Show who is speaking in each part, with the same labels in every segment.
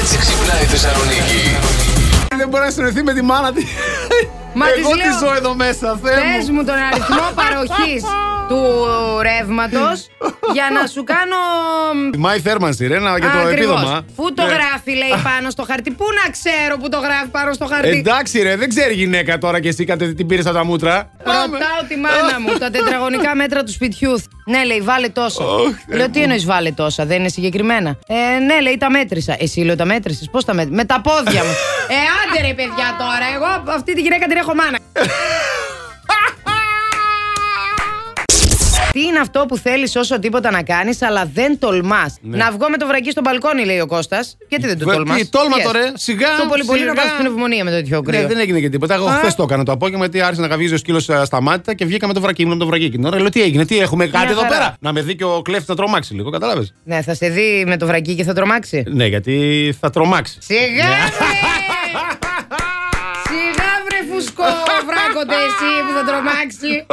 Speaker 1: έτσι ξυπνάει η Θεσσαλονίκη.
Speaker 2: Δεν μπορεί να συνεχθεί με τη μάνα τη.
Speaker 3: Μα
Speaker 2: Εγώ
Speaker 3: της
Speaker 2: τη
Speaker 3: λέω,
Speaker 2: ζω εδώ μέσα, Θεέ
Speaker 3: Πες
Speaker 2: μου.
Speaker 3: μου τον αριθμό παροχής του ρεύματος για να σου κάνω...
Speaker 2: Μάη θέρμανση, ρε, να- για το
Speaker 3: Ακριβώς.
Speaker 2: επίδομα.
Speaker 3: Πού το
Speaker 2: Ναι.
Speaker 3: γράφει, λέει πάνω στο χαρτί. Πού να ξέρω που το γράφει πάνω στο
Speaker 2: Ε,
Speaker 3: χαρτί.
Speaker 2: Εντάξει, ρε, δεν ξέρει γυναίκα τώρα και εσύ κάτι την πήρες από τα μούτρα. Πάμε.
Speaker 3: Ρωτάω τη μάνα μου τα τετραγωνικά μέτρα του σπιτιού. Ναι, λέει, βάλε τόσα.
Speaker 2: Ωχ, Θεέ
Speaker 3: λέω, τι εννοείς, βάλε τόσα, δεν είναι συγκεκριμένα. Ε, ναι, λέει, τα μέτρησα. Εσύ λέω, τα μέτρησες. Πώς τα μέτρησε. Με τα πόδια μου. ε, άντε ρε, παιδιά τώρα. Εγώ αυτή τη γυναίκα την έχω μάνα. Τι είναι αυτό που θέλεις όσο τίποτα να κάνεις, αλλά δεν τολμάς. Να βγω με το βρακί στο μπαλκόνι, λέει ο Κώστας. Γιατί δεν το
Speaker 2: Βε-
Speaker 3: τολμά.
Speaker 2: Ναι. τι, τόλμα το, ρε. Σιγά,
Speaker 3: Το πολύ πολύ να
Speaker 2: σιγά.
Speaker 3: πάθει πνευμονία με το τέτοιο κρύο.
Speaker 2: Ναι, δεν έγινε και τίποτα. Εγώ
Speaker 3: Α.
Speaker 2: χθες το έκανα το απόγευμα γιατί άρχισε να καβγίζει ο σκύλος στα μάτια και βγήκα με το βρακί μου με το βρακί εκείνη την ώρα. Λέω τι έγινε, τι έχουμε κάτι εδώ
Speaker 3: χαρά.
Speaker 2: πέρα. Να με δει και ο κλέφτη να τρομάξει λίγο, κατάλαβες.
Speaker 3: Ναι, θα σε δει με το βρακί και θα τρομάξει.
Speaker 2: Ναι, γιατί θα τρομάξει.
Speaker 3: Σιγά
Speaker 2: Ναι.
Speaker 3: βρε! Σιγά βρε φουσκό βράκονται εσύ που θα τρομάξει.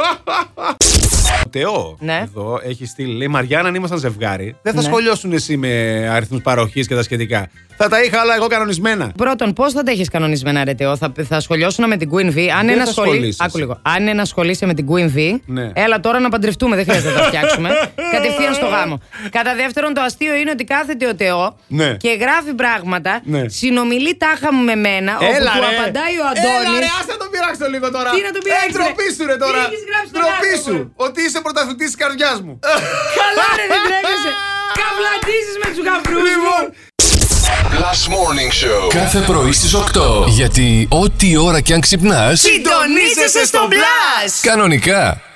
Speaker 2: Ο Τεό
Speaker 3: Ναι.
Speaker 2: εδώ έχει στείλει. Λέει Μαριάννα, αν ήμασταν ζευγάρι, δεν θα
Speaker 3: Ναι.
Speaker 2: σχολιώσουν εσύ με αριθμούς παροχής και τα σχετικά. Θα τα είχα όλα εγώ κανονισμένα.
Speaker 3: Πρώτον, πώς θα τα έχεις κανονισμένα, ρε Τεό. Θα, θα σχολιώσουν με την Queen V. Αν ένα
Speaker 2: θα
Speaker 3: σχολεί.
Speaker 2: σχολήσεις.
Speaker 3: Άκου λίγο. Αν ένα σχολείσαι με την Queen V,
Speaker 2: Ναι.
Speaker 3: έλα τώρα να παντρευτούμε. Δεν χρειάζεται να τα φτιάξουμε. Κατευθείαν στο γάμο. Κατά δεύτερον, το αστείο είναι ότι κάθεται ο Τεό
Speaker 2: Ναι.
Speaker 3: και γράφει πράγματα.
Speaker 2: Ναι.
Speaker 3: Συνομιλεί τάχα μου με μένα. όπου του απαντάει ο
Speaker 2: Έλα, ρε,
Speaker 3: Αντώνη.
Speaker 2: άσε να τον πειράξω λίγο τώρα.
Speaker 3: Τι να τον πειράξω,
Speaker 2: Ε, ντροπή σου, ρε
Speaker 3: ρε.
Speaker 2: τώρα.
Speaker 3: Τι έχεις γράψει στον
Speaker 2: Ντροπή
Speaker 3: άνθρωπο,
Speaker 2: σου. Ότι είσαι πρωταθλητής της καρδιάς μου.
Speaker 3: Καλά, ρε, δεν τρέπεσαι. Καβλαντίζει με τους γαμπρούς μου.
Speaker 2: Λοιπόν,
Speaker 1: Last Morning Show.
Speaker 4: Κάθε πρωί στις 8. Γιατί ό,τι ώρα κι αν ξυπνάς,
Speaker 3: Συντονίζεσαι στο μπλα!
Speaker 4: κανονικά.